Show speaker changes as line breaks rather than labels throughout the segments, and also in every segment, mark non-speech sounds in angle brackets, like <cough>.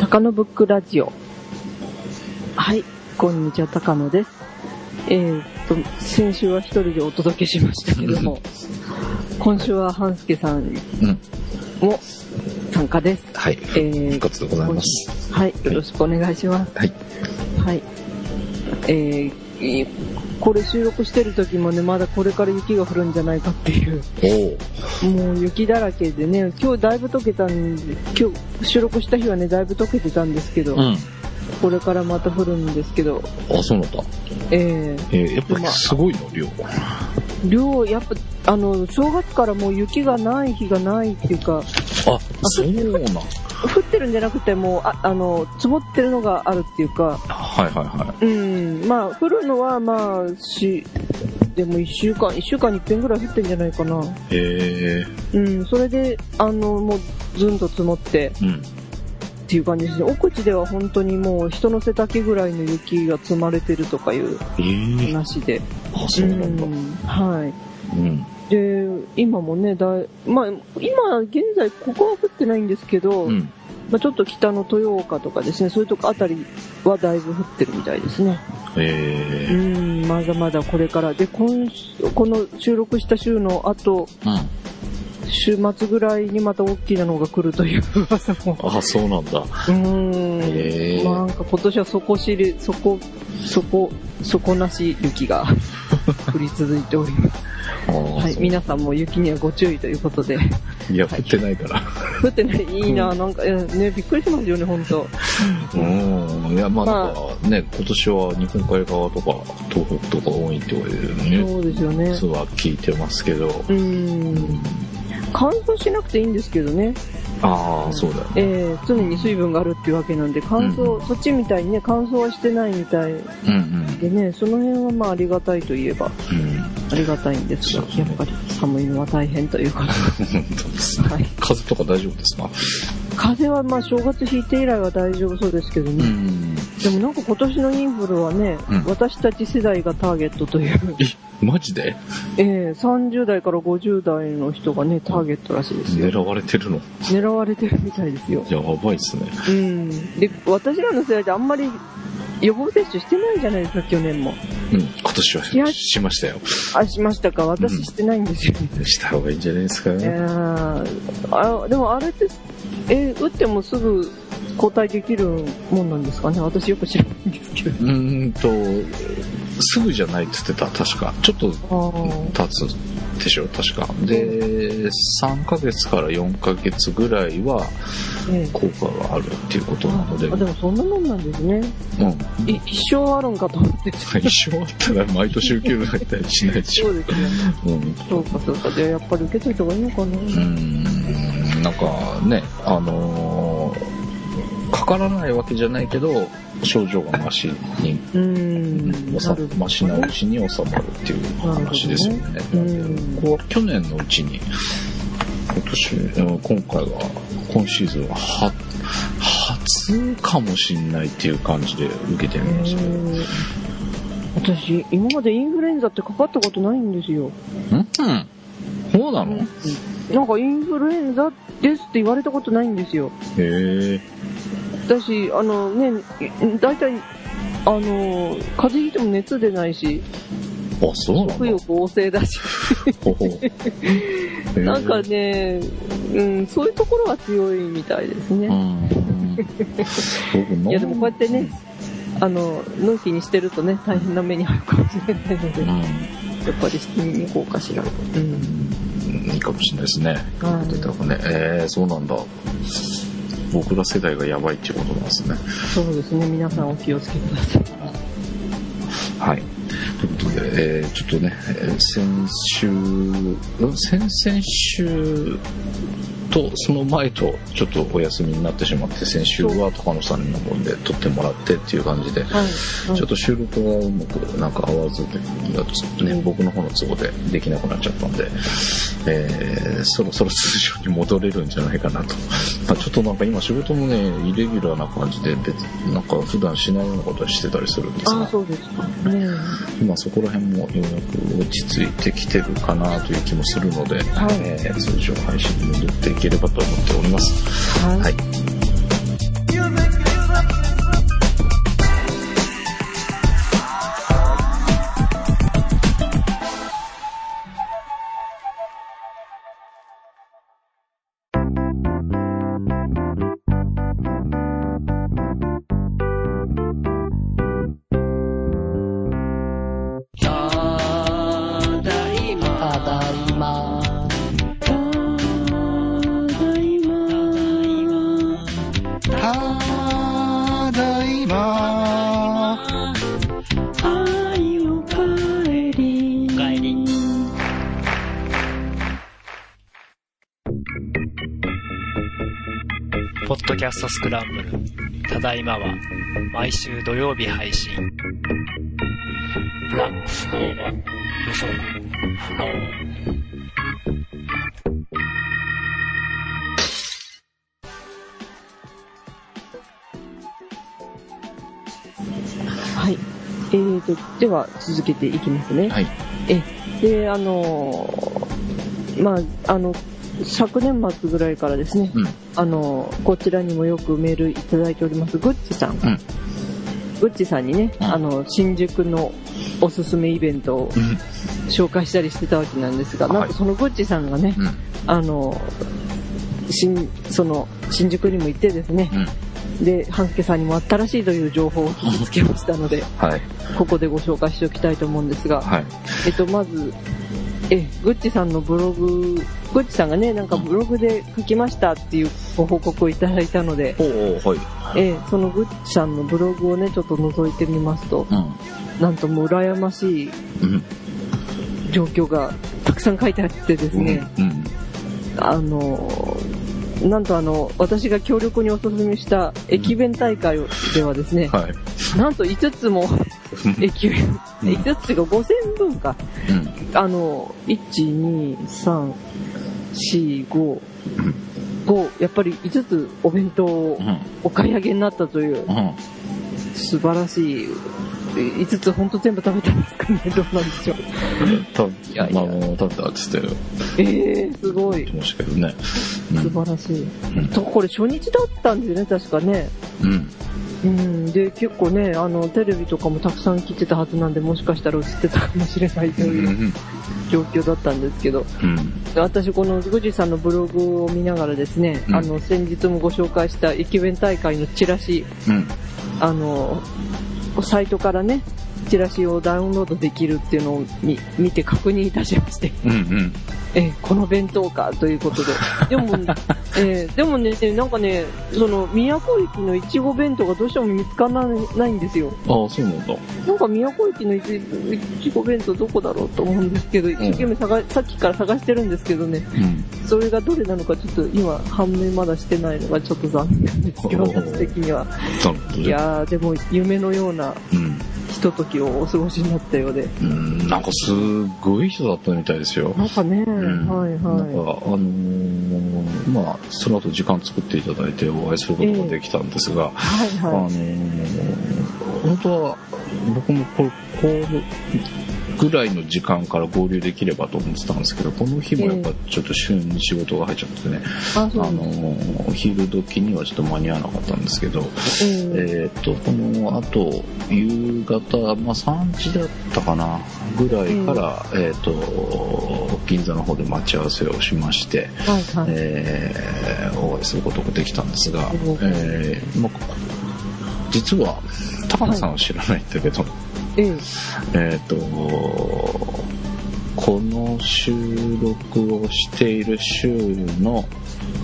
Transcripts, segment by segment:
高野ブックラジオ。はい、こんにちは、高野です。えー、っと、先週は一人でお届けしましたけど
<laughs>
も、今週は半助さん
うん。
も参加です。
はい。
えー
復活でございます。
今週はい、よろしくお願いします。
はい。
はい。えーいいこれ収録してる時もね、まだこれから雪が降るんじゃないかっていう。
おお。
もう雪だらけでね、今日だいぶ溶けたんで、今日収録した日はね、だいぶ溶けてたんですけど、
うん。
これからまた降るんですけど、
あ、そうなんだ。
え
えー、やっぱりすごいの、量。
ー、量、やっぱ、あの、正月からもう雪がない日がないっていうか、
あ、そうなん。
降ってるんじゃなくてもう、ああの、積もってるのがあるっていうか、
はいはいは
うん、まあ、降るのはまあ、し、でも1週間、1週間に一遍ぐらい降ってんじゃないかな。
い。へえ。
うん、それで、あの、もう、ずんと積もって、
うん。
っていう感じですね奥地では本当にもう人の背丈ぐらいの雪が積まれてるとかいう
ええ。
話で、
あ、そうなんだ。
んはい
うん。
で今もねだい、まあ、今現在ここは降ってないんですけど、
うん。
まあ、ちょっと北の豊岡とかですねそういうとこあたりはだいぶ降ってるみたいですねう
ええ。
んまだまだこれからで今週この収録した週のあと
うん。
週末ぐらいにまた大きなのが来るという噂も
あ、そうなんだ。
うー
へ
ん。
ー
なんか今年は底知れ、底、底、底なし雪が降り続いております。
あ
はい。
い。
皆さんも雪にはご注意ということで。
いや、降ってないから。
降ってない、いいな、なんか、えね、びっくりしますよね、ほんと。
うん。いや、まあ
まあ
なんかね、今年は日本海側とか東北とか多いってことでね。
そうですよね。
実は聞いてますけど。
う
う
ーん。
ん。
乾燥しなくていいんですけどね。
ああ、そうだよね。
えー、常に水分があるっていうわけなんで、乾燥、そっちみたいにね、乾燥はしてないみたい
うんうん。
でね、その辺はまあありがたいといえば
うん。
ありがたいんですが
そう、
やっぱり寒いのは大変ということ
本当です <laughs> ね
で。はい。
風邪とか大丈夫ですか
風邪はまあ正月引いて以来は大丈夫そうですけどね、
ん。
でもなんか今年のインフルはね、
うん
私たち世代がターゲットという、
え、マジで
ええ30代から50代の人がねターゲットらしいですよ
狙われてるの
狙われてるみたいですよ、
やばいっすね。
うん、で私らの世代ってあんまり予防接種してないじゃないですか去年も
うん。今年
いや
はしましたよ。
あしましたか
う
私
ん
してないんですよ、
した方がいいんじゃないですか
いやーあでもあれってえ打ってもすぐ抗体できるもんなんですかね私よく知らないんですけど
うーんと、すぐじゃないって言ってた、確か。ちょっと
あー
経つでしょ、確か。で、3ヶ月から4ヶ月ぐらいは
ええ
効果があるっていうことなので、
あでもそんなもんなんですね。
うん。 <laughs>
い一生あるんかと思って。
一生あったら毎年受けるなんてしないでし
そ
ょ。
うですね。
うん。
そうかそうか。じゃあやっぱり受けといた方がいいのかな。
うーんなんかね、あのーかからないわけじゃないけど、症状がマシに、
うーん。
収
なる
マシなうちに収まるっていう話ですよね。
ほどねうん
ここは去年のうちに、今年、うん今回は、今シーズンは、は、初かもしんないっていう感じで受けてみましたけど。
うーん私、今までインフルエンザってかかったことないんですよ。
うんそうなのへ
なんかインフルエンザですって言われたことないんですよ。
え。
私、あのね、大体、あの、風邪ひいても熱出ないし、
あ、そうな
食
の
欲旺盛だし、
ほほ
<laughs> なん
へ
か
え
ね、うん、そういうところが強いみたいですね。
うん。僕
いやでもこうやってね、あの、納期にしてるとね、大変な目に遭うかもしれないので、
う
やっ
ん。
ぱりしてみに行こうかしら。うん。
いいかもしれないですね。
はい
出た方がね。えー、そうなんだ。僕ら世代がやばいっていうことなんですね。
そうですね、皆さんお気をつけください。
はい。ということで、えー、ちょっとね、えー先週、うん先々週とその前とちょっとお休みになってしまって、先週は高野さんの方で撮ってもらってっていう感じで、
はい。
ちょっと収録がうまくなんか合わずに、ちょっとね、僕の方の都合でできなくなっちゃったんで、えー、そろそろ通常に戻れるんじゃないかなと。まあ、ちょっとなんか今仕事もね、イレギュラーな感じで、別なんか普段しないようなことはしてたりするんです
ああ、
が、
そうですか。ね
まあそこら辺もようやく落ち着いてきてるかなという気もするので、
はい
えー通常配信に戻っていければと思っております。
は。
はいい。
You make me ただいま
ポッドキャストスクランブル。ただいまは、毎週土曜日配信。ブラックフローラ無職フロー。
はい。えーと、では続けていきますね。
はい。
え、で、あのーまあ、あの、昨年末ぐらいからですね、
うん。
あのーこちらにもよくメールいただいております、グッチさん。
ん
グッチさんにね、
うん
あの、新宿のおすすめイベントを
うん。
紹介したりしてたわけなんですが、
はい
なんとそのグッチさんがね、
うん。
あの、新、その、新宿にも行ってですね、
うん。
で、半助さんにもあったらしいという情報を聞きつけましたので、
はい。
ここでご紹介しておきたいと思うんですが、
はい。
えっと、まず、え、グッチさんのブログ、グッチさんがね、なんかブログで書きましたっていうご報告をいただいたので、
おおはい。
え、そのグッチさんのブログをね、ちょっと覗いてみますと、
う
なんともう羨ましい
ん。うん。
状況がたくさん書いてあってですね、
うん。
あの、なんとあの、私が強力にお勧めした駅弁大会ではですね、
はい。
なんと5つも駅弁、
うん
5つが5000分か。
うん。
あの、1、2、3、4、5、5、やっぱり5つお弁当を
うん。
お買い上げになったという
うん。
素晴らしい、5つ本当全部食べたんですかね、 <laughs> どうなんでしょう。
た、
いやいや
まあ、食べたって言って
えー、すごい。
ましたけどね。
素晴らしい。
うん
とこれ初日だったんですよね、確かね。
うん。
う
うん。
ん、で、結構ね、あの、テレビとかもたくさん来てたはずなんで、もしかしたら映ってたかもしれないと
う。
いうん状況だったんですけど、
うん。
私このグジさんのブログを見ながらですね、
うん
あの、先日もご紹介した駅弁大会のチラシ、
うん。
あの、サイトからね、チラシをダウンロードできるっていうのを見見て確認いたしまして、
うん。
えーこの弁当かということで。でも、えーでもね、なんかね、その、宮古駅のいちご弁当がどうしても見つからないないんですよ。
ああ、そうなんだ。
なんか宮古駅のいちいちご弁当どこだろうと思うんですけど、一生懸命探さっきから探してるんですけどね、
うん。
それがどれなのかちょっと今判明まだしてないのがちょっと残念なんですけど、
おー
私的には。
なるほどね
いやー、でも夢のような
うん。
ひとときをお過ごしになったようで。
うん。なんかすごい人だったみたいですよ。
なんかね、
うん
はい
なんか、あ
は
のーまあ、その後時間作っていただいてお会いすることができたんですが、
い。はい
あの
は
ー本当は僕もここぐらいの時間から合流できればと思ってたんですけどこの日もやっぱちょっと週に仕事が入っちゃってね、
い。あ、そう
あ
なん
の
だ。
ーお昼時にはちょっと間に合わなかったんですけど、
え
えーっとこのあと夕方、まあ、3時だったかなぐらいから、えーっと銀座の方で待ち合わせをしまして。
ーはいはい。
えーお会いすることができたんですが、
お
えーまあ、実は高野さんは知らないんだけど、
ええ
えっ、とこの収録をしている週の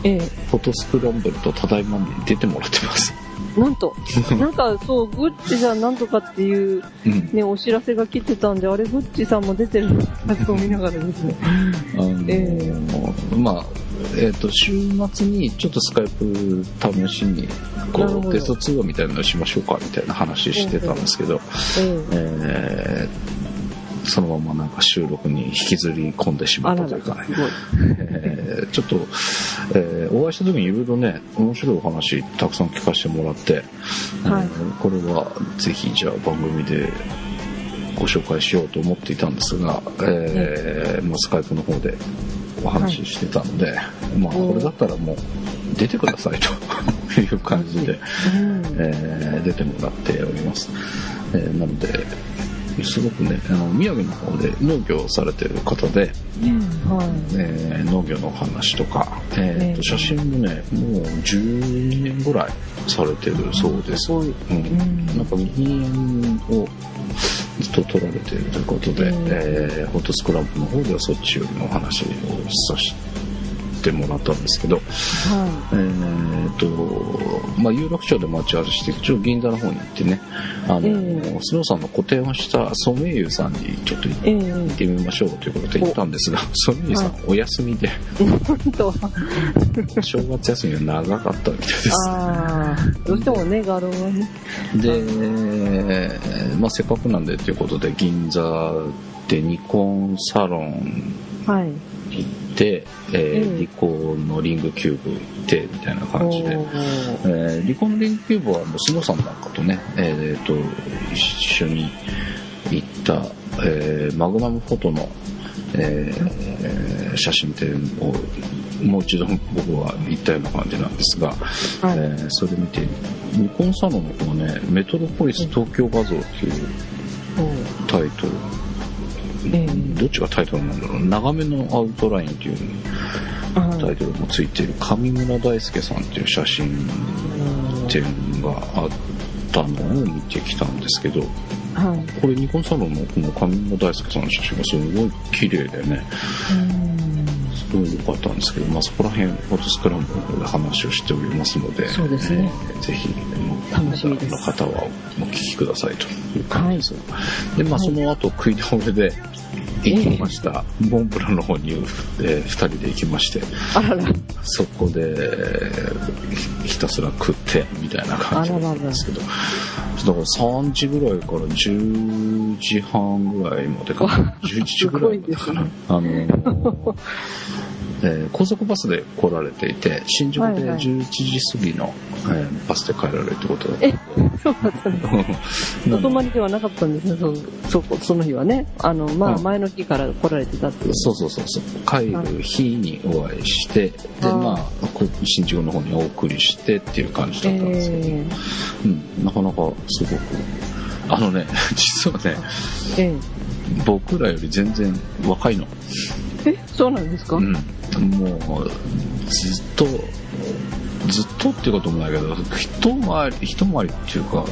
え
フォトスクランブルとただいまに出てもらってます。
えなん <laughs> と、なんかそう、グッチさんなんとかっていう
うん、
ね、お知らせが来てたんで、あれ、グッチさんも出てるのかと見ながらです <laughs> ね。
あのー
え
まあえっ、と、週末にちょっとスカイプ試しに、こ
なるほど
う、テスト通話みたいなのしましょうかみたいな話してたんですけど、
ええ
えーそのままなんか収録に引きずり込んでしま
あ
った
らら、
という
す
かね、
ごい。
えーちょっと、えーお会いした時にいろいろね、面白いお話たくさん聞かせてもらって、
はい
えーこれはぜひじゃあ番組でご紹介しようと思っていたんですが、えーまあ、スカイプの方でお話ししてたので、まあこれだったらもう出てくださいという感じで。
うん
えー出てもらっております、えーなのですごくねあの宮城の方で農業をされてる方で、
はい。
えー農業のお話とか、えーと
ええ
写真もねもう12年ぐらいされてるそうです
すごい。
うん
ん
なんか右縁をずっと取られているということで、
うん
えー、フォトスクランプの方ではそっちよりのお話をさせてもらったんですけど、
は
えーとまあ、有楽町で待ち合わせして一応銀座の方に行ってねあの、
え
スノーさんの個展をしたソメイユさんにちょっと行
い。ええ <laughs>
ってみましょうということで行ったんですがソメイユさんお休みで、
<laughs> 本当は。
正月休みが長かったみたいです
ああ、どうしてもね、画廊はね。
で、まあ、せっかくなんでということで銀座でニコンサロン
はい。
行って、えー
うん
ニコンのリングキューブ行ってみたいな感じで
お。ー
えー、離婚連休部はもうスノさんなんかとね、えー、と一緒に行った、えーマグナムフォトの、えー写真展をもう一度僕は行ったような感じなんですが、
はい
えーそれ見てニコンサロンの方ね「メトロポリス東京画像」っていう
お
タイトル
ええ
どっちがタイトルなんだろう長めのアウトラインっていう
ー
タイトルもついてる上村大輔さんっていう写真展があったのを見てきたんですけど
はい。はい。
これニコンサロンのこの上村大輔さんの写真がすごい綺麗でね
うん
すごい良かったんですけど、まあ、そこら辺フォトスクランブルの方で話をしておりますので
そうですね
えーぜひ
楽しみです
の方はお聞きくださいという感じです、でま
は
あ
い
その後食い倒れで行きました、モンブランの方に、え2人で行きまして
あらら。
そこでえーひひたすら食ってみたいな感じだったんですけどだから3時ぐらいから10時半ぐらいまでかな11時ぐらいまでかな、あのー <laughs> えー高速バスで来られていて新宿
はい
で
はい
11時過ぎの、えーバスで帰られるってことだった
え、そうだったんです。
な
お
の
泊
で
まりではなかったんですね、そのそこその日はね。あの、まあ、
うん
前の日から来られてたっていう。
<laughs> そうそうそうそう帰る日にお会いしてで
あー
まあこ新宿の方にお送りしてっていう感じだったんですけど、
え
うん、なかなかすごく。あのね、 <laughs> 実はね、
ええ
僕らより全然若いの。
え。え、そうなんですか、
うん。もう、ずっと、ずっとってこともないけど、一回り、一回りっていうか、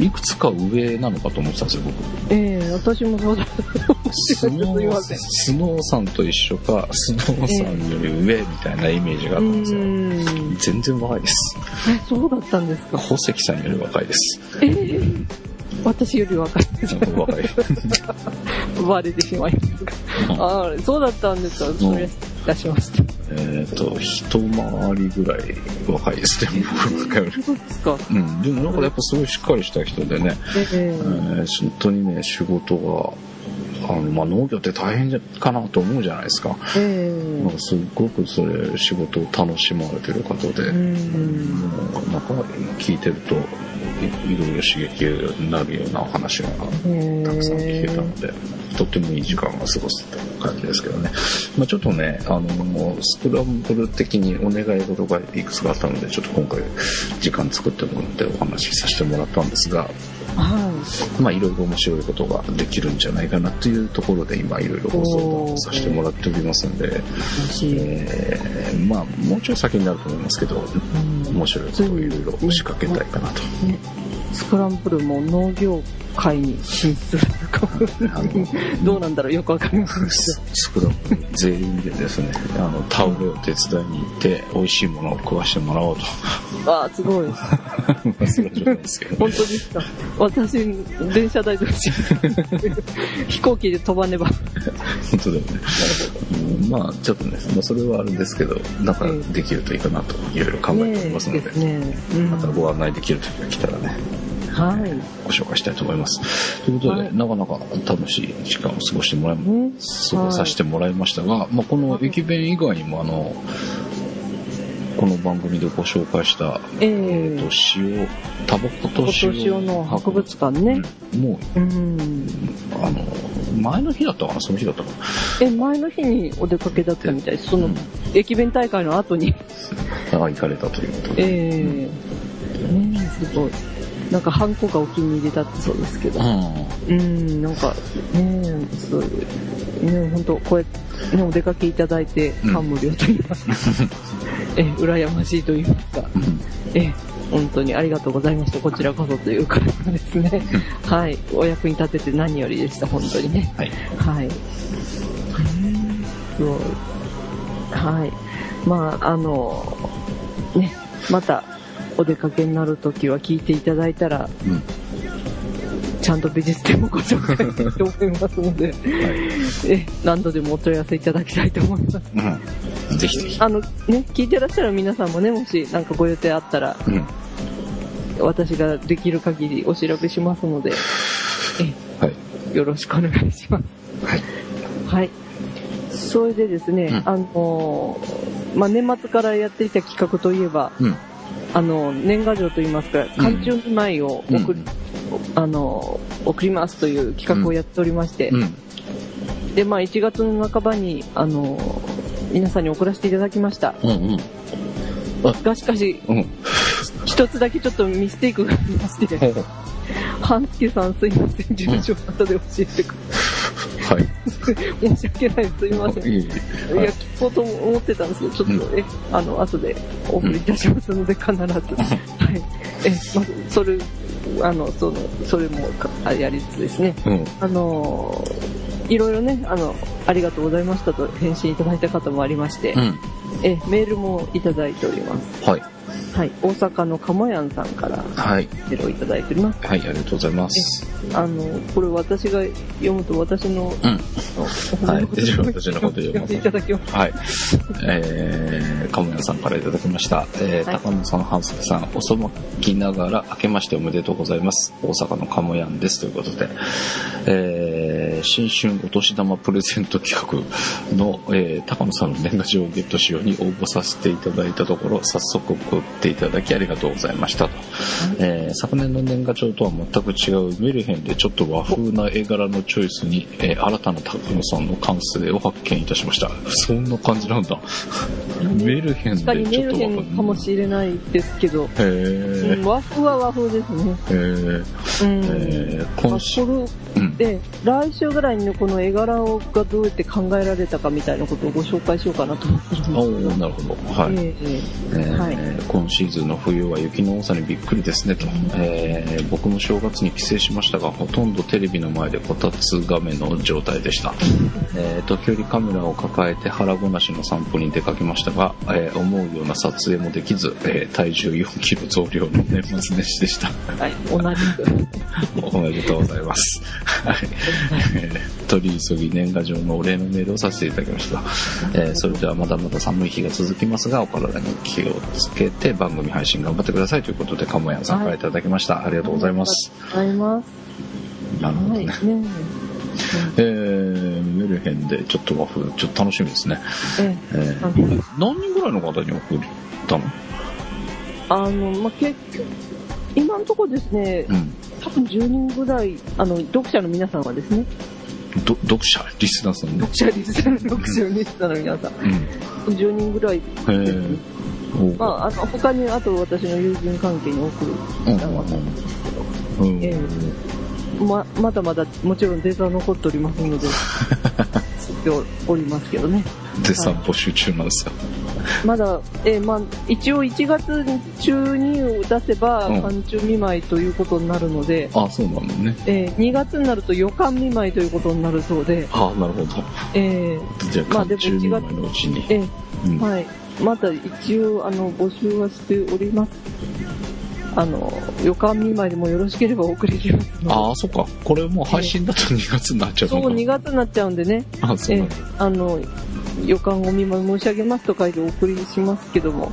いくつか上なのかと思ってたんですよ、 <laughs> 僕。
ええ私もそうだったと思
ス
い
ノ
ます。すい
ー
ません。
スノーさんと一緒か、スノーさんより上みたいなイメージがあったんですよ。
うん
全然若いです。
えそうだったんですか
宝石さんより若い <laughs> です。
ええ私より若い <laughs>
若い。
バレてしまいますがああそうだったんですかそれ失礼いたしました
えっと、一回りぐらい若いですね、僕らより。
そうですか
うん、でもなんかやっぱすごいしっかりした人でね、
ええ
えー本当にね、仕事が、あの、まあ、農業って大変じゃかなと思うじゃないですか。
え
なんかすっごくそれ、仕事を楽しまれてる方で、
えう
も
ん
うなんか聞いてると、いいろいろ刺激になるようなお話が
ええ
たくさん聞けたので、とってもいい時間が過ごせた感じですけどね。まあ、ちょっとね、あの、スクランブル的にお願い事がいくつかあったので、ちょっと今回時間作ってもらってお話しさせてもらったんですが、
はい
まあ、いろいろ面白いことができるんじゃないかなというところで、今、いろいろご相談させてもらっておりますんで、
楽しい
えーまあ、もうちょい先になると思いますけど、面白いことをいろいろ仕掛けたいかなと。
スクランブルも農業界に進出するかも
あの
どうなんだろうよくわかりませんけ
ススクラップ全員でですねあのタオルを手伝いに行って美味しいものを食わしても
<laughs>
らおうと
どああすごい
まあそれは冗談ですけど
本
ね
当ですか私電車代どうしよう <laughs> 飛行機で飛ばねば
本当だよね、うんまあちょっとね、まあ、それはあれですけどなんかできるといいかなといろいろ考えておりますの
ね
で、
えですね、うん
またご案内できる時が来たらね
はいね
ご紹介したいと思いますということで、
はい
なかなか楽しい時間を過ごしてもらい過ごさせてもらいましたが、まあ、この駅弁以外にもあのこの番組でご紹介した
ええ
えっと塩タバコと
今年用
塩
の博物館ね、
うんも
うん、
うあの前の日だったかなその日だったかな
え前の日にお出かけだったみたいですその、
うん
駅弁大会の後に
あ行かれたということで、
ええねえすごいなんかハンコがお気に入りだったそうですけど
う
うんなんかねえそうね本当こうやって、ね、お出かけいただいて感無量と言いますか、ええ羨ましいと言いますか
ん
ええ本当にありがとうございました。こちらこそという感じですね。はい。お役に立てて何よりでした、本当にね。
はい。
はい。すごい。はい。まあ、あの、ね、またお出かけになるときは聞いていただいたら、
うん。
ちゃんと美術展もご紹介したいと思いますので、 <laughs> え何度でもお問い合わせいただきたいと思います。
うん。ぜひぜひ。
あの、ね、聞いてらっしゃる皆さんもね、もしなんかご予定あったら、
うん。
私ができる限りお調べしますので、
はい。
えよろしくお願いします。
はい。
はい。それでですね、
うん
あのーまあ、年末からやっていた企画といえば、
うん。
あの、年賀状といいますか、寒中見舞いを送り、あのー、送りますという企画をやっておりまして、
うん。
で、まあ、1月の半ばに、あのー皆さんに送らせていただきました。
うん。うん。
が、しかし、
うん。
一つだけちょっとミステイクがありまして、
はい。
半助さんすいません、住所後で教えてください。申し訳ない、すいません。い
いい
や、聞こうと思ってたんですけど、ちょっと、え、あの、後でお送りいたしますので、必ず。はい。え、まず、それ、あの、その、それもか、あやりつつですね。
うん。
あのーいろいろね、あの、ありがとうございましたと返信いただいた方もありまして、
うん。
え、メールもいただいております。
はい。
はい。大阪のかもやんさんから
はい。
メールをいただいております。
はい、ありがとうございます。
あの、これ私が読むと私の、
うん。はい
本当に
私のこと読む
いただきます。
はい。えー、鴨屋さんからいただきました。えー
はい
高野さん、半助さん、遅まきながら、明けましておめでとうございます。大阪の鴨屋んです。ということで、えー、新春お年玉プレゼント企画の、えー、高野さんの年賀状をゲットしように応募させていただいたところ、早速送っていただきありがとうございましたと。えー昨年の年賀状とは全く違うメルヘンでちょっと和風な絵柄のチョイスに、えー新たな高野さんの感性を発見いたしましたそんな感じなんだメルヘンで
確かにメ
ちょっ
ル
と
ヘ
和
ンかも
風
しれないですけど、
へ
うん
ー
和風は和風ですね。
えー
うん。
えー
まあ
今週、
こ
うん
れで、来週ぐらいにこの絵柄をがどうやって考えられたかみたいなことをご紹介しようかなと思ってるんです
あおーなるほどはい、
ええ
えー
はい
今シーズンの冬は雪の多さにびっくりですねと、えー僕も正月に帰省しましたがほとんどテレビの前でこたつ画面の状態でした、えー時折カメラを抱えて腹ごなしの散歩に出かけましたが、えー思うような撮影もできず、えー体重4キロ増量の年末年始でした
はい、同じく。
おめでとうございますはいえー取り急ぎ年賀状のお礼のメールをさせていただきました、えーそれではまだまだ寒い日が続きますがお体に気をつけて番組配信頑張ってくださいということで鴨屋さんからいただきました、ありがとうございます
あります。
なるほど
は
ね、
い、ね
えー、メルヘンでちょっと和風ちょっと楽しみですね、
え。え
えー
えあの
何人ぐらいの方に送ったの
あの、まあ、結局、今のところですね、
うん
多分10人ぐらい、あの、読者の皆さんはです
<laughs>
ね、
ど読者リスナーさんね
読者リスナー、読者リスナーの皆さん、
うん
10人ぐらい、
えーお
まあ、あの、他に、あと私の友人関係に送る
うん
方々なんですけど、
うん
えま、まだまだ、もちろんデータは残っておりますの
<laughs>
で、作っておりますけどね。
絶賛募集中なんですよ、
まだ、えーまあ、一応1月中に出せば、
うん
寒中見舞いということになるので、
あそうなのね
えー2月になると予感見舞いということになるそうで、
あなるほど
えー
じゃあ、
まあで
寒
も
中見舞いのうちに。
えー
うん
はい、まだ一応あの募集はしております。あの予感見舞いでもよろしければお送りしますので。
ああ、そっか。これもう配信だと2月になっちゃう
そう2
月。
月になっちゃうんでね、
あそうなんだ。
あの予感お見舞い申し上げますと書いてお送りしますけども、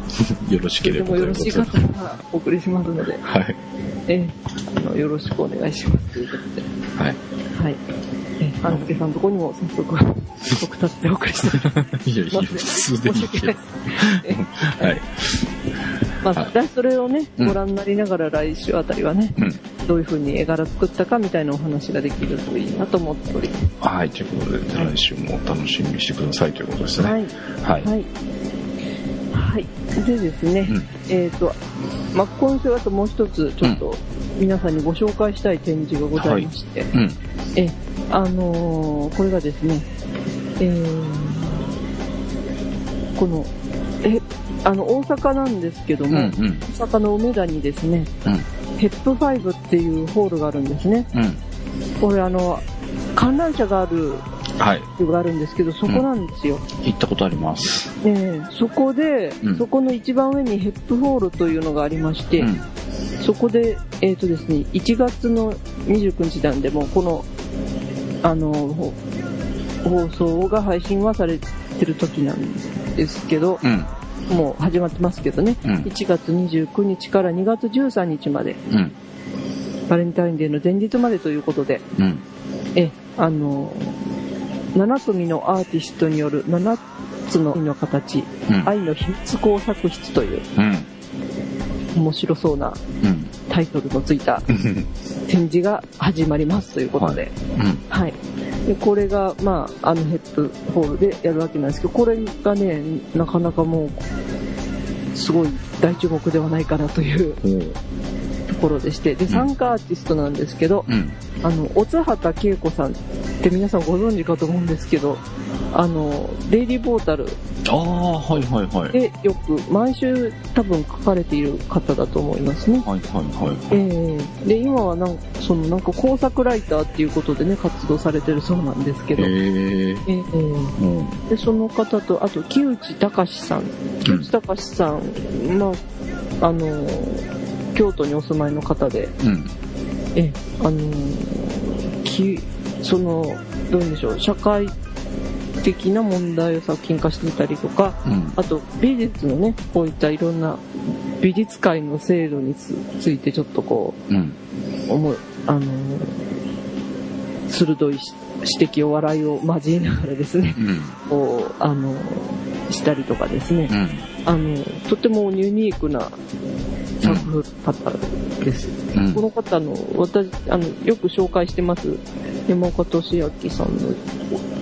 よろし
そ
け
れで
れ
も
ば
よ
とい
ろ
うこ
し
と
か
で
っ。たらお送りしますので、
はい。
ええあのよろしくお願いしますということで、
はい。
はい、ええ安助さんのとこにも早速僕たちでお送りしておりま
いやいや、
すので、
すでに
申し訳ない。ええ
はい。
ま
はい
あ、だそれをね、
うん
ご覧になりながら来週あたりはね、
うん。
どういう風に絵柄作ったかみたいなお話ができるといいなと思っております。
はい。ということで、じゃあ来週もお楽しみにしてくださいということですね。
は
はい。
い。はい。はい。でですね、
うん
えっ、と、まあ、今週あともう一つ、ちょっと皆さんにご紹介したい展示がございまして、
うん。
え、あのーこれがですね、えーこの、え、あの、大阪なんですけど
うん
も、
うん
大阪の梅田にですね、ヘップファイブっていうホールがあるんですね。
うん
これあの、観覧車がある、
うんはい
があるんですけど、そこなんですよ。
行ったことあります
ええそこで、
うん
そこの一番上にヘップホールというのがありまして、
うん
そこで、えーとですね、1月の29日なんで、もうこの、あの、ほ放送が配信はされてる時なんですけど、
うん
もう始まってますけどね、
うん
1月29日から2月13日まで、
うん
バレンタインデーの前日までということで、
うん
え、あの、7組のアーティストによる7つのの形、
うん
愛の秘密工作室という
うん
面白そうな
うん
タイトルのついた
うん
展示が始まりますということで、
うん
はい。で、これが、まあ、あのヘッドホールでやるわけなんですけど、これがね、なかなかもう、すごい大注目ではないかなという
おう
ところでして、で、参加アーティストなんですけど、
うん
あの、おつはたけいこさんって皆さんご存知かと思うんですけど、あの、デイリーポータル
ああはいはいはい
でよく、毎週多分書かれている方だと思いますね。
はいはいはい
ええで、今はなんそのなんか工作ライターっていうことでね、活動されてるそうなんですけど、
へえ
ええ
うん
で、その方と、あと、木内隆さん。木内隆さん、まあ、あのー、京都にお住まいの方で、
うん
ええあのー、き、その、どういうんでしょう、社会的な問題を作品化していたりとか、
うん
あと、美術のね、こういったいろんな美術界の制度につついてちょっとこう、
うん
思う、あのー鋭いし指摘を笑いを交えながらですね、
うん
こう、あのーしたりとかですね、
うん
あのーとてもユニークな作風方です。
うん
この方の、私、あの、よく紹介してます、山岡俊明さんの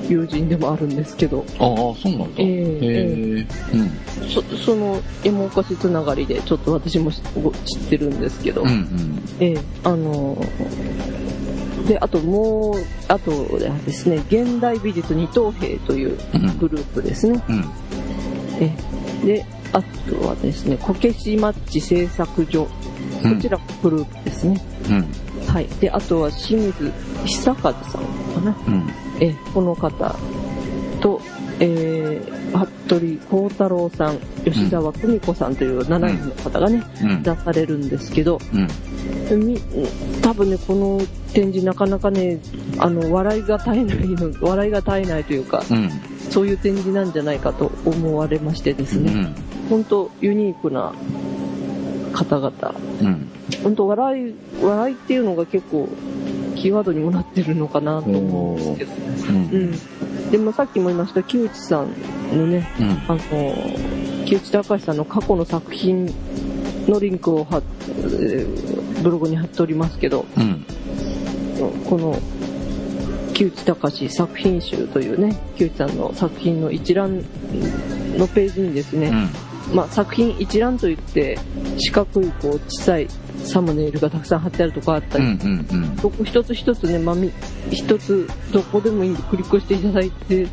友人でもあるんですけど、
ああそうなんだ
え
へ
え
えうん
そその山岡市つながりで、ちょっと私も知知ってるんですけど、
うんうん
ええ、あの、で、あともう、あとですね、現代美術二等兵という
うん
グループですね。
うん
ええで、あとはですね、こけしマッチ製作所。こ
うん
ちらグループですね。
うん
はい。で、あとは清水久和さんかな。
うん
ええ、この方と、ええ服部幸太郎さん、吉沢久美子さんという7人の方がね、
うん
出されるんですけど、
うん
み多分ねこの展示なかなかねあの笑いが絶えないの笑いが絶えないというか
うん
そういう展示なんじゃないかと思われましてです
う
ね、
ん
本当ユニークな方々
うん
本当笑い笑いっていうのが結構キーワードにもなってるのかなと思うんですけど、
うん
うん、でもさっきも言いました木内さんのね
うん
あの木内隆さんの過去の作品のリンクを貼っえーブログに貼っておりますけど、
うん
この木内隆作品集というね木内さんの作品の一覧のページにですね、まあ、作品一覧といって四角いこう小さいサムネイルがたくさん貼ってあるとこあった
う
り、
んうんうん
そこ一つ一つね、まあ、み一つどこでもいいんでクリックしていただいて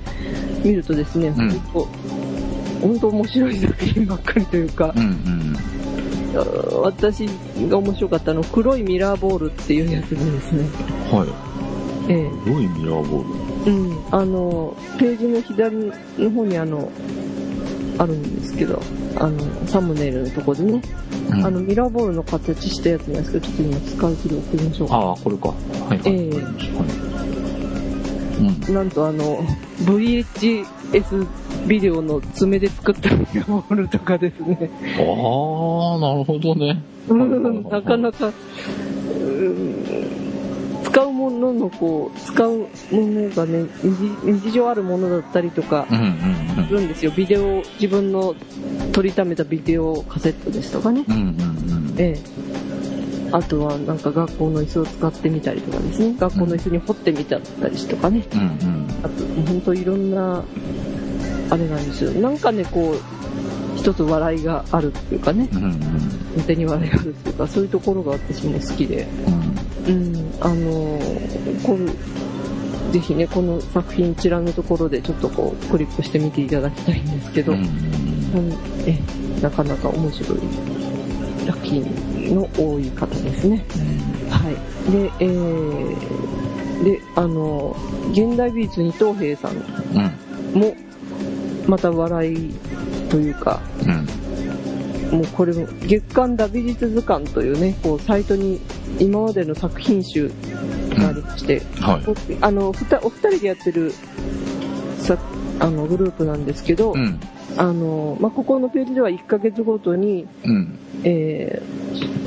みるとですね、
ん
本当本当面白い作品ばっかりというか
う、ん
あー私が面白かったの黒いミラーボールっていうやつでですね、
うんは
ええ
いどういうミラーボー
うん、あのページの左の方にあのあるんですけどあのサムネイルのとこでね、
ルうん
あのミラーボールの形したやつなんですけどちょっと今使う切り送りましょうか
ああこれかはいはい
ええ
はいうん
なんとあの VHS ビデオの爪で作ったミラーボールとかですね
ああなるほどね
うんなかなかうん使うもののこう使うものがね日日常あるものだったりとか
うんうん
するんですよビデオ自分の撮りためたビデオカセットですとかね、
うんうんうん
ええ、あとはなんか学校の椅子を使ってみたりとかですね学校の椅子に掘ってみたりとかね
うんうん
あと本当いろんなあれなんですよなんかねこう一つ笑いがあるっていうかね
うん
手に笑いがあるっていうかそういうところが私も好きで
うん
うんあのーこうぜひねこの作品一覧のところでちょっとこうクリックしてみていただきたいんですけど、
うん
うんえなかなか面白いラッキーの多い方ですね。はい。で、えー、で、あの、現代美術二等兵さん
うん。
も、また笑いというか、
うん。
もうこれも月刊ダ美術図鑑というね、こうサイトに今までの作品集がありまして、
はい。
あのふたお二人でやってるさあのグループなんですけど、
うん。
あのまあ、ここのページでは1ヶ月ごとに、
うん。
えー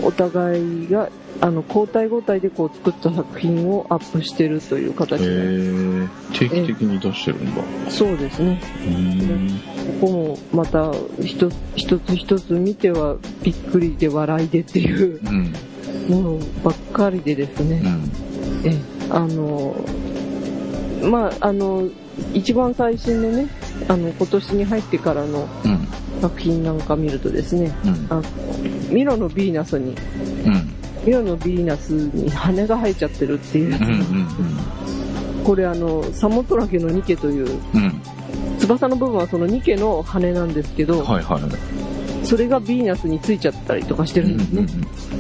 お互いがあの交代交代でこう作った作品をアップしてるという
え
形で、
ー、定期的に出してるんだ。
そうですね
うん。
ここもまた一つ一つ一つ見てはびっくりで笑いでっていう
うん。
ものばっかりでですね、
うん。
ええあのまああの一番最新のねあの今年に入ってからの
うん。
作品なんか見るとですね
うん。
あのミロのヴィーナスに
うん。
ミロのヴィーナスに羽が生えちゃってるっていうやつ、
うん。うん。
これあのサモトラケのニケという
うん。
翼の部分はそのニケの羽なんですけど、
はいはい。
それがヴィーナスについちゃったりとかして
う
るんです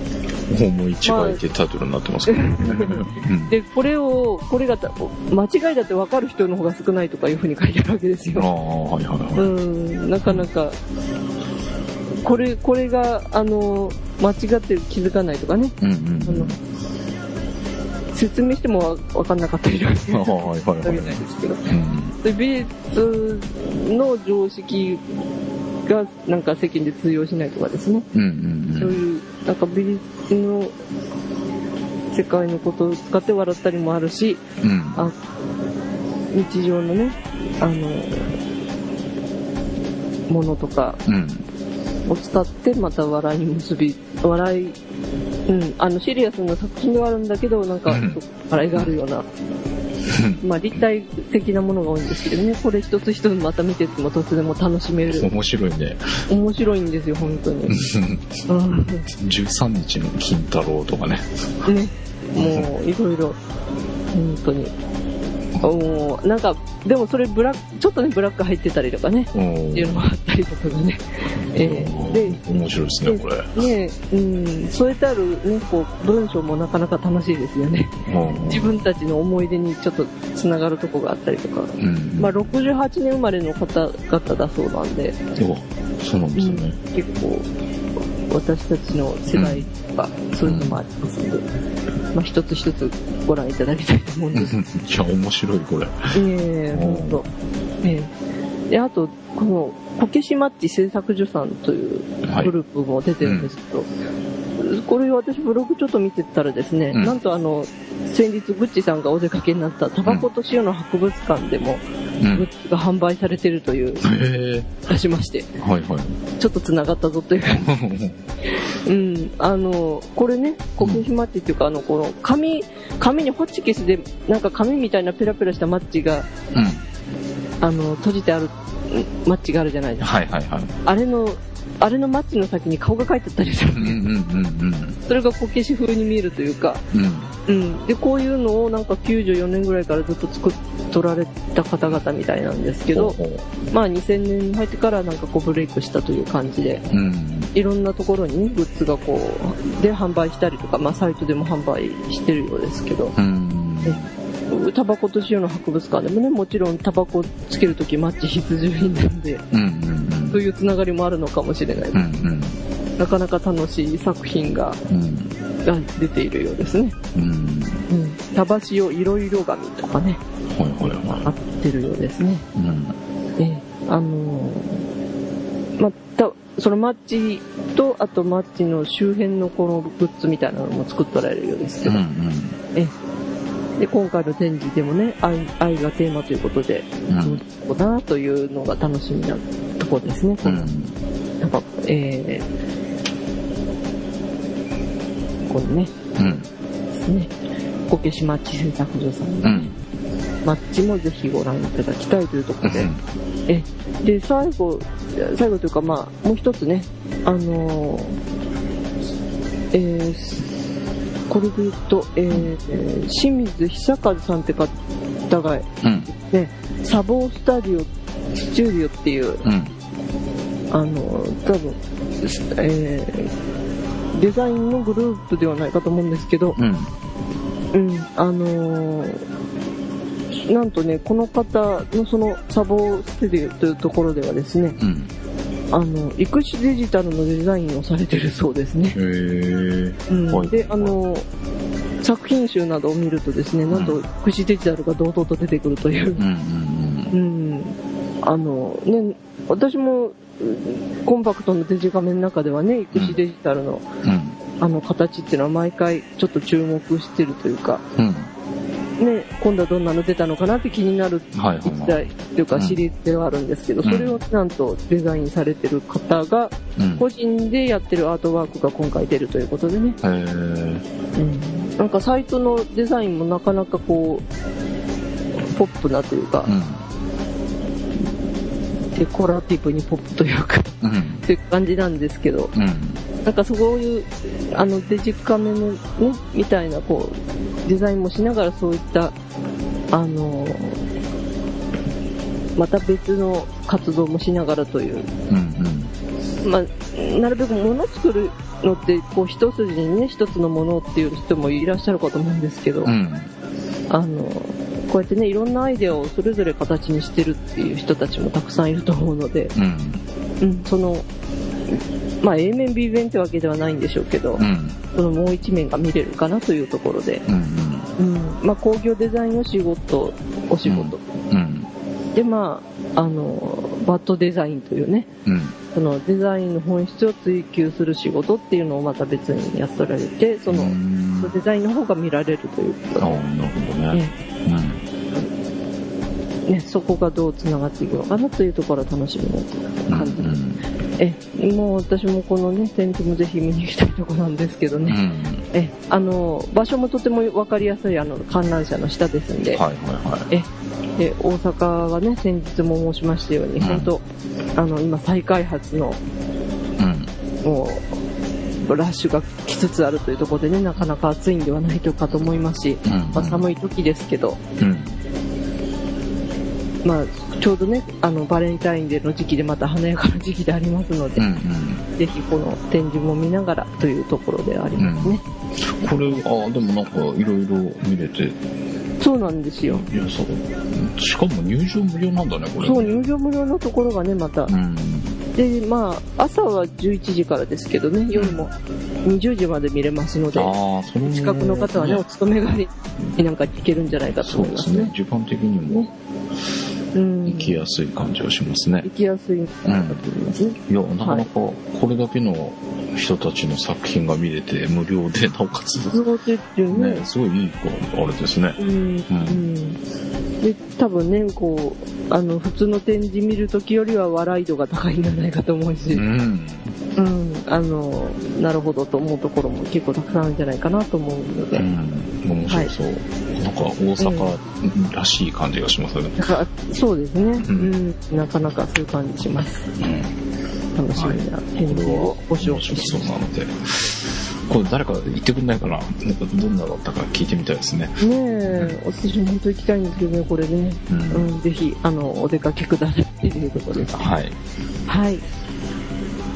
ね、
ん。もう一枚ってタイトルになってますけど。うん。
でこれをこれがた間違いだって分かる人の方が少ないとかいうふうに書いてあるわけですよ
ああ、はいはい
う
はい。
ん、なかなか、これ、これが、あの、間違って気づかないとかね、
うん
あ
うん
の。説明してもわわかんなかったりとかす
<laughs> ああ、
る
はいは
わ
い
け
は
ない
い。
ですけど、
うん。
で美術の常識が、なんか世間で通用しないとかですね、
うんう
そうんいう、なんか美術の世界のことを使って笑ったりもあるし、
うん。うん。
あ日常のね、あの、ものとか、
うん。
を使ってまた笑いに結び笑い、うん、あのシリアスな作品ではあるんだけどなんか
うん
笑いがあるような、まあ、立体的なものが多いんですけどねこれ一つ一つまた見てってもとつでも楽しめる
面白いね。
面白いんですよ本当に、うん、ね
13日の金太郎とかね。
もういろいろ本当にもうなんかでもそれブラックちょっとねブラック入ってたりとかねっていうのがあったりとかがね、えーで
面白いですね、これ。
ねえ、うん、添えてある、ね、こう文章もなかなか楽しいですよね。自分たちの思い出にちょっとつながるとこがあったりとか。
うん。
まあ、68年生まれの方々だそうなんで、
そうなんです
う
よ
ん
ね。
結構私たちの世代とか、そういうのもありますんで、まあ、一つ一つご覧いただきたいと思うんです
いや、面白い、これ。
けど、ええ
うん
ほんと。ええで、あと、この、こけしマッチ製作所さんという
はい
グ。ループも出てるんですけど、これ私ブログちょっと見てたらですね、
うん
なんとあの先日グッチさんがお出かけになったタバコと塩の博物館でも
う
グ
ん。
ッズが販売されてるという
へ
出しまして
え。はいはい。
ちょっと繋がったぞというか、うん、あのこれねコケシマッチっていうかあのこの紙紙にホチキスでなんか紙みたいなペラペラしたマッチが
うん。
あの閉じてあるうんマッチがあるじゃないですか
はいはいはい。
あれのあれのマッチの先に顔が描いてあったりする <laughs>
うんうんうんうん。
それがこけし風に見えるというか、
うん。
うん、でこういうのをなんか94年ぐらいからずっと作っとられた方々みたいなんですけど、まあ、2000年に入ってからなんかこうブレイクしたという感じで
うん。
いろんなところにねグッズがこうで販売したりとか、まあ、サイトでも販売してるようですけど
うん。
タバコと塩の博物館でもねもちろんタバコつけるときマッチ必需品なんで
うんうんうん。
そういうつながりもあるのかもしれない
うんうん
なかなか楽しい作品が
うん
が出ているようですね。
うん。
うん、タバシオいろいろ紙とかね、
はいはい
合
は
ってるようですね。
い。うん。
ええあのーまた、そのマッチと、あとマッチの周辺のこのグッズみたいなのも作っておられるようですけ
う
ど、
ん
で、今回の展示でもね、愛愛がテーマということで、
うん。
どう
う
だろうなというのが楽しみなとこですね。
ん。
なんか、えーこのね、
うん。
ですね、こけしマッチ製作所さん
う
の
ん。
マッチもぜひご覧いただきたいというところで、えで最後最後というかまあもう一つねあのーえーすこれで言うと、えーえー清水久和さんって方が
うん。
ねサボースタジオスチューディオっていう
うん。
あの多分、えーデザインのグループではないかと思うんですけど、
うん。
うん、あのーなんとね、この方のそのサボステディオというところではですね、
うん。
あの、育種デジタルのデザインをされてるそうですね。
へー。
うん
はい
で、あの作品集などを見るとですね、なんと育種デジタルが堂々と出てくるという
う。んう
う
ん
ん、あのね、私もうんコンパクトのデジカメの中ではね、育種デジタルの
うん。うん。
あの形っていうのは毎回ちょっと注目してるというか、
うん。
ね、今度はどんなの出たのかなって気になる
はいはい
一
は
台というかシリーズではあるんですけど、
うん
それをなんとデザインされてる方が
い。うん。
個人でやってるアートワークが今回出るということでね、
へー。
なんかサイトのデザインもなかなかこうポップなというか
う、ん。
デコラティブにポップというか
うん。
という感じなんですけど
うん。
なんかそういうあのデジカメの、ね、みたいなこうデザインもしながらそういったあのまた別の活動もしながらという、
うん。
まあ、なるべく物作るのってこう一筋にね一つのものっていう人もいらっしゃるかと思うんですけど、
うん。うん。
あのこうやってねいろんなアイデアをそれぞれ形にしてるっていう人たちもたくさんいると思うので、
うん。
うん、そのまあ A 面 B 面ってわけではないんでしょうけど、
うん。
そのもう一面が見れるかなというところで、
うん。
うんまあ、工業デザインの仕事お仕事、
うん。
でまああのバッドデザインというね
うん。
そのデザインの本質を追求する仕事っていうのをまた別にやっとられてその、
うん
デザインの方が見られるという
あ
か、
ーなるほどね。
ね、そこがどうつながっていくのかなというところは楽しみ
うん。
な
う
感じです、
ん。
えもう私もこのね展示もぜひ見に行きたいところなんですけど
う
ね、
ん。
えあの場所もとても分かりやすいあの観覧車の下ですんで,、
はいは
で大阪はね先日も申しましたように、
ん
本当あの今再開発の
いはい。うん。
もうラッシュが来つつあるというところでねなかなか暑いんではないかと思いますし、
うん。
まあ、寒い時ですけど、
うん。
まあ、ちょうどねあのバレンタインデーの時期でまた華やかな時期でありますので
う、ん。
ぜひこの展示も見ながらというところでありますね、
これ、あ、でもなんか、いろいろ見れて、い
そうなんですよ
や、そう。しかも入場無料なんだね、これ。
そう入場無料のところがねまた
うん。
でまあ朝は11時からですけどね夜も20時まで見れますので
ああ、その
近くの方はねお勤め帰りなんか行けるんじゃないかと
そう
思い
で
ますす
ね
ね。
時間的にも
うん
行きやすい感じはしますね
行。きやすいんじゃないかと思いますね、
いや、なかなか、これだけの人たちの作品が見れて、無料で、なおかつ、
無料でっていうね
ね、すごいいい、あれですね。
うんうんで多分ねこうあの普通の展示見るときよりは笑い度が高いんじゃないかと思うし、
うん。
うん、あのなるほどと思うところも結構たくさんあるんじゃないかなと思うので、
うん。面白そう。なんか、大阪らしい感じがしますね。
だからそうですね、
う
うんん、なかなかそういう感じします。
うん
楽しみな展
これ
示
は
をご紹
面
介
白
し
そう
ま
なので、これ誰か言ってくんないかな、なんかどんなだったか聞いてみたいですね。
す。ねえ、私も本当行きたいんですけどね、これね。
うん
うん、ぜひ、あの、お出かけくださいっていうところです。
はい。
はい。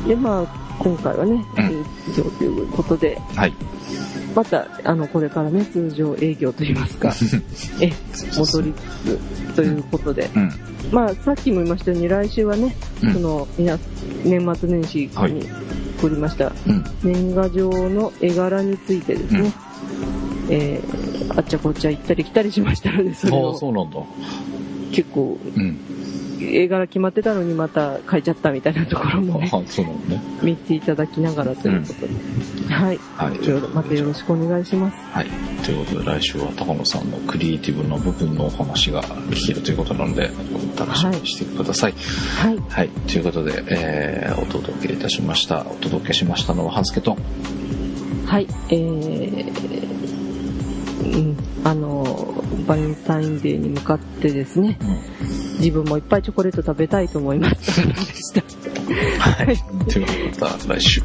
で、まあ、今回はね、
うん
えー以上ということで、
はい。
また、あの、これからね、通常営業といいます
<laughs>
か、え、戻りつつということで、
うん。
まあ、さっきも言いましたように、来週はね、
うん
その、皆、年末年始
はい
に撮りました、
うん。
年賀状の絵柄についてですね、
うん
えーあっちゃこっちゃ行ったり来たりしましたので、それ
ああ、
を
そうなんだ。
結構、
うん。
絵柄決まってたのにまた変えちゃったみたいなところもね
ああ、そうなんだね。
見ていただきながらということで、はい、
はい。
いろいろまたよろしくお願いします。
はい。ということで、来週は高野さんのクリエイティブな部分のお話が聞けるということなので、お楽しみにしてください。
はい、
はい。ということで、えー、お届けいたしました。お届けしましたのは、はずけと、
はい、えー、うん、あの、バレンタインデーに向かってですね、自分もいっぱいチョコレート食べたいと思います。
はい。ということで、また来週。